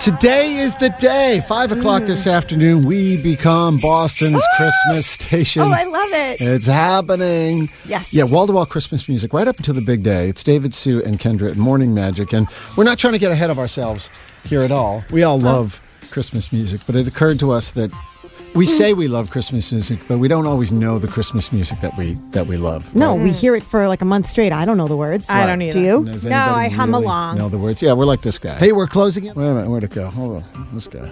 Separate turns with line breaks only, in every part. Today is the day. Five o'clock this afternoon, we become Boston's Christmas station.
Oh, I love it.
It's happening.
Yes.
Yeah, wall to wall Christmas music right up until the big day. It's David, Sue, and Kendra at Morning Magic. And we're not trying to get ahead of ourselves here at all. We all love Christmas music, but it occurred to us that. We say we love Christmas music, but we don't always know the Christmas music that we that we love.
No, we hear it for like a month straight. I don't know the words.
Mm. I don't either.
Do you?
Does
No,
anybody
I hum
really
along.
Know the words? Yeah, we're like this guy. Hey, we're closing it. Wait a minute, where'd it go? Hold on, this guy.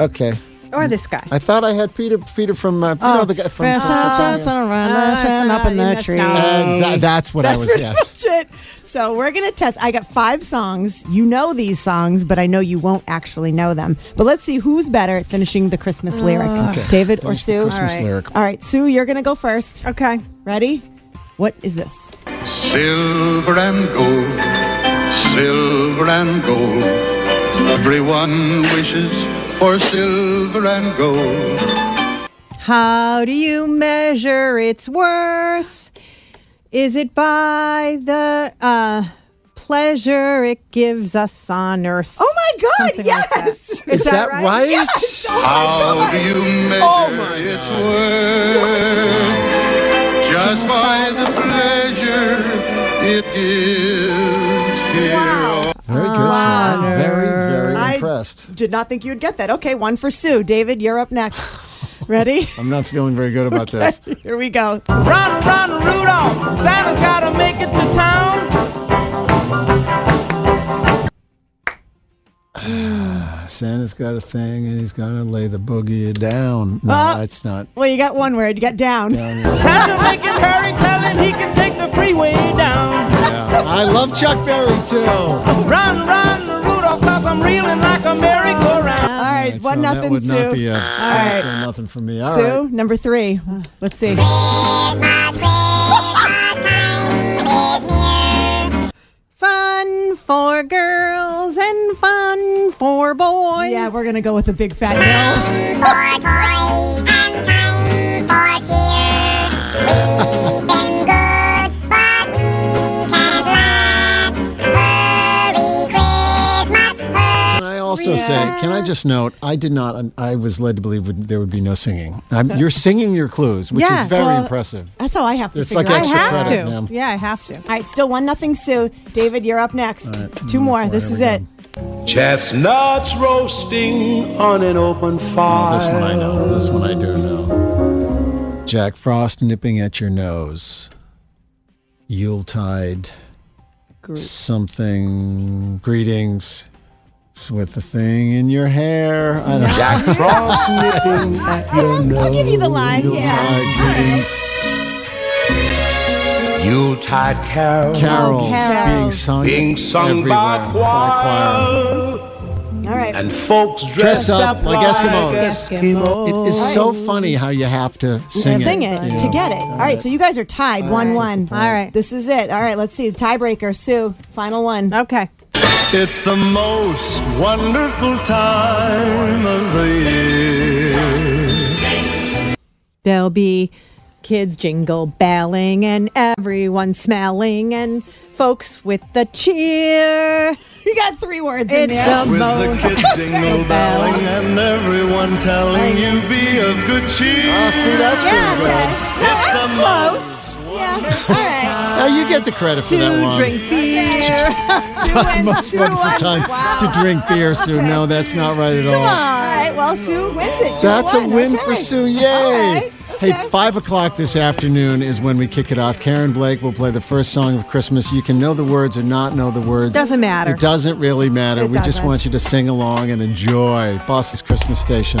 Okay,
Or this guy.
I thought I had Peter. Peter from uh, you
Oh,
know the guy from.
Fresh
Oh,
out, that's on a run, that's run up in the
that's
tree.
not-
Exa- that's what I was.
pretty
Yeah.
much it. So we're gonna test. I got five songs. You know these songs, but I know you won't actually know them. But let's see who's better at finishing the Christmas lyric,
Uh,
David or
Finish the
Sue.
Christmas
All right.
lyric.
All right, Sue, you're gonna go first.
Okay.
Ready? What is this?
Silver and gold, silver and gold. Everyone wishes for silver and gold.
How do you measure its worth? Is it by the uh, pleasure it gives us on earth?
Oh my God!
Something like that.
yes.
Is
Is that
right?
right?
Yes. Oh my
How
God. Oh
do you measure its worth? Just by the pleasure it gives here on
Very good. Sue. Very, very
I-
impressed.
Did not think you'd get that. Okay, one for Sue. David, you're up next. Ready?
I'm not feeling very good about this.
Here we go.
Run, run, Rudolph! Santa's gotta make it to town.
Santa's got a thing, and he's gonna lay the boogie down. No,
Oh.
that's not.
Well, you got one word. You got down.
Santa make him hurry, tell him he can take the freeway down.
I love Chuck Berry too.
Run, run, Rudolph, cause I'm reeling like a merry-go-round.
All right,
so
one
That
nothing,
would
Sue.
not be a,
right.
that's a nothing for me. All right.
Sue, number three. Let's see.
Fun for girls and fun for boys.
Yeah, we're gonna go with a big fat no.
Can I also say, can I just note, I did not, I was led to believe would, there would be no singing. I'm, you're singing your clues, which
Yeah,
is very
well-
impressive.
That's how I have to
It's
figure
like
out.
I
extra
have
credit,
to.
ma'am.
Yeah, I have to.
All right, still one nothing, Sue. David, you're up next.
right,
Two
number
more.
four,
This
here
is
we
it.
Chestnuts roasting on an open fire.
This one I know. This one I do know. Jack Frost nipping at your nose. Yuletide. Something. Greetings. With the thing in your hair. I don't know.
Jack Frost nipping at your nose.
I'll give you the line. Yeah.
Yuletide greetings.
Yuletide carol.
Carols being
carols.
sung.
Being sung
everywhere
by choir.
All right.
And folks dressed
Dress up like Eskimos.
Eskimos.
It is so funny how you have to sing it.
Sing it
you
to
know.
get it. All right, so you guys are tied, one one.
All right.
this is it. All right, let's see tiebreaker. Sue, final one.
Okay.
It's the most wonderful time of the year.
There'll be kids jingle belling and everyone smelling and folks with the cheer.
You got three words in
It's
there.
the most.
jingle
belling
and everyone telling you be of good cheer.
Oh, see, that's
yeah,
pretty good.
okay. No, that's close. Yeah. All right.
Now Oh, you get the credit for that
To
one.
drink beer.
Sue wins.
Most
Sue
wonderful
won.
time
Wow.
to drink beer, Sue. No, that's not right at all.
All right. Well, Sue wins it. two
That's
to
a
one.
win
Okay.
for Sue. Yay!
All right, okay.
Hey, five o'clock this afternoon is when we kick it off. Karen Blake will play the first song of Christmas. You can know the words or not know the words.
Doesn't matter.
It doesn't really matter.
It
we just
doesn't.
want you to sing along and enjoy Boston's Christmas Station.